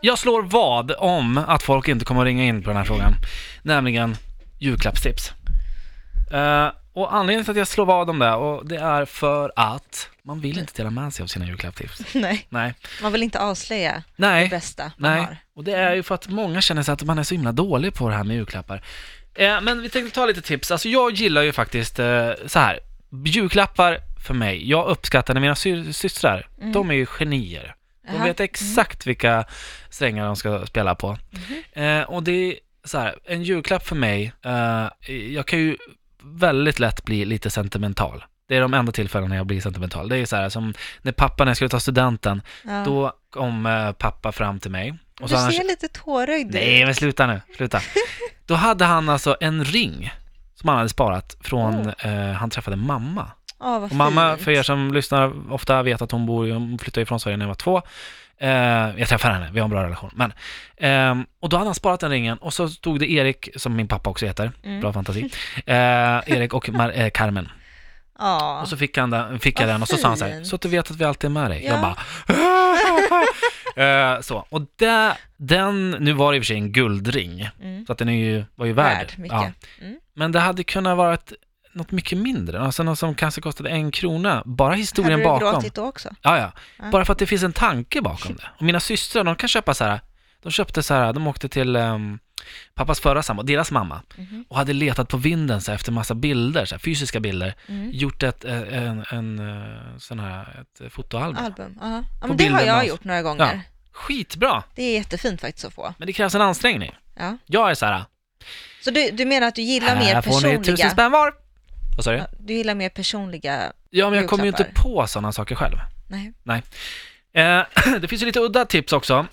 Jag slår vad om att folk inte kommer att ringa in på den här frågan. Nämligen julklappstips. Eh, och anledningen till att jag slår vad om det, och det är för att man vill inte dela med sig av sina julklappstips. Nej, Nej. man vill inte avslöja det Nej. bästa man har. Nej. Och det är ju för att många känner sig att man är så himla dålig på det här med julklappar. Eh, men vi tänkte ta lite tips. Alltså jag gillar ju faktiskt eh, så här. julklappar för mig. Jag uppskattar när mina sy- systrar, Mm. de är ju genier. De Jaha. vet exakt vilka strängar de ska spela på. Mhm. Eh, och det är så här, en julklapp för mig, eh, jag kan ju väldigt lätt bli lite sentimental. Det är de enda tillfällena jag blir sentimental. Det är så här som när pappa, när jag skulle ta studenten, Ja. då kom eh, pappa fram till mig. så du ser annars- lite tårögd ut. Nej men sluta nu, sluta. Då hade han alltså en ring som han hade sparat från, Oh. eh, han träffade mamma. Åh, vad Och mamma, fint. för er som lyssnar ofta, vet att hon bor, hon flyttade ifrån Sverige när jag var två. Eh, jag träffade henne, vi har en bra relation. Men, ehm, och då hade han sparat den ringen och så stod det Erik, som min pappa också heter, Mm. bra fantasi, eh, Erik och Mar- eh, Carmen. Ja. Och så fick, han den, fick jag Vad den och så sa han så här, fint. så att du vet att vi alltid är med dig. Ja. Jag bara, Eh, så. Och där, den, nu var det i och för sig en guldring, Mm. så att den är ju, var ju värd. Värd mycket. Ja. Mm. Men det hade kunnat vara ett, något mycket mindre, alltså något som kanske kostade en krona, bara Hade historien du bakom. gråtit då också? Ja, ja. Ja. Bara för att det finns en tanke bakom det. Och mina systrar, de kan köpa så här, de köpte så här, de åkte till ehm, pappas förra sambo, deras mamma, Mhm. och hade letat på vinden så här, efter massa bilder, så här, fysiska bilder, Mm. gjort ett, eh, en, en eh, sån här, ett fotoalbum. Album, ja. ja På men det har bilden jag av- gjort några gånger. Ja. Skitbra, Det är jättefint faktiskt att få. men det krävs en ansträngning. Ja. Jag är så här, "Äh, Så du, du menar att du gillar mer här får ni tusen personliga... spänn var. Vad sa du? Ja, Du gillar mer personliga... Ja, men jag kommer ju inte julklappar. på sådana saker själv. Nej. Eh, det finns ju lite udda tips också.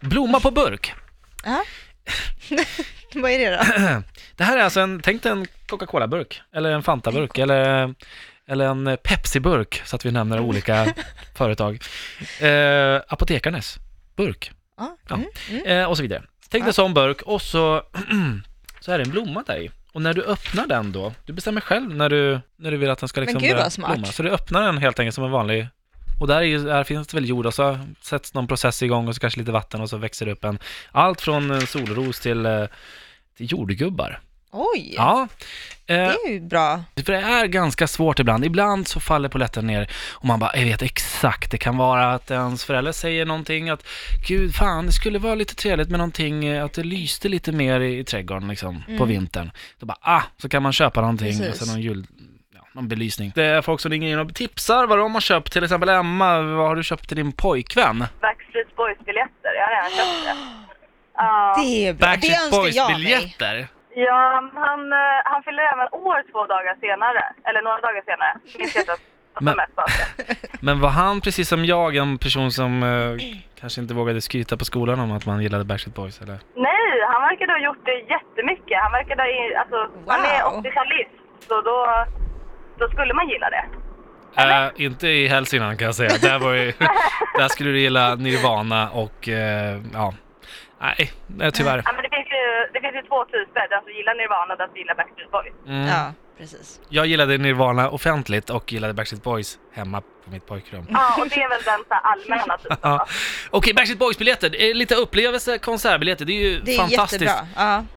Blomma på burk. Ja. Vad är det då? Det här är alltså en, tänk dig en Coca-Cola-burk, eller en Fanta-burk, eller, eller en Pepsi-burk, så att vi nämner olika företag. Eh, apotekarnes burk, Ja. Ja. Mm. Mm. eh, och så vidare. Tänk dig Ja. en sån burk, och så, så är det en blomma där i. Och när du öppnar den då, du bestämmer själv när du, när du vill att den ska liksom gud, börja vad smart. blomma. Så du öppnar den helt enkelt som en vanlig och där, är, ju- där finns det väl jord och så sätts någon process igång och så kanske lite vatten och så växer det upp en, allt från en solros till, eh, till jordgubbar. Oj, Ja, eh, det är ju bra. för det är ganska svårt ibland. Ibland så faller polletten ner och man bara, jag vet exakt, det kan vara att ens förälder säger någonting att gud fan, det skulle vara lite trevligt med någonting, eh, att det lyste lite mer i, i trädgården liksom, på Mm. vintern. Då bara, ah, så kan man köpa någonting, Precis. alltså någon jul... Ja, någon belysning. Det är folk som ringer in och tipsar vad de har köpt, till exempel Emma, vad har du köpt till din pojkvän? Backstreet Boys-biljetter. Jag har redan köpt det. Ja. Det är bra. det Backstreet önskar jag mig. Boys-biljetter. Ja, han, eh, han fyller även år två dagar senare. Eller några dagar senare. Minns jag inte ens vad Men- som mest var det. Men var han precis som jag en person som eh, kanske inte vågade skryta på skolan om att man gillade Backstreet Boys eller? Nej, han verkade ha gjort det jättemycket. Han verkade ha... i- Alltså, han är Wow. 80-talist. Så då, då skulle man gilla det. Eh, inte i Hälsingland kan jag säga. Där, var ju, där skulle du gilla Nirvana och eh, ja, nej, nej tyvärr. Ja, men det, finns ju, det finns ju två typer. Den som gillar Nirvana och den som gillar Backstreet Boys. Mm. Ja, precis. Jag gillade Nirvana offentligt och gillade Backstreet Boys hemma på mitt pojkrum. Ja, och det är väl den så här allmänna typen. Ja. Okej, Backstreet Boys-biljetter, Eh, lite upplevelse, konsertbiljetter, det är ju Det är fantastiskt. jättebra. Ja.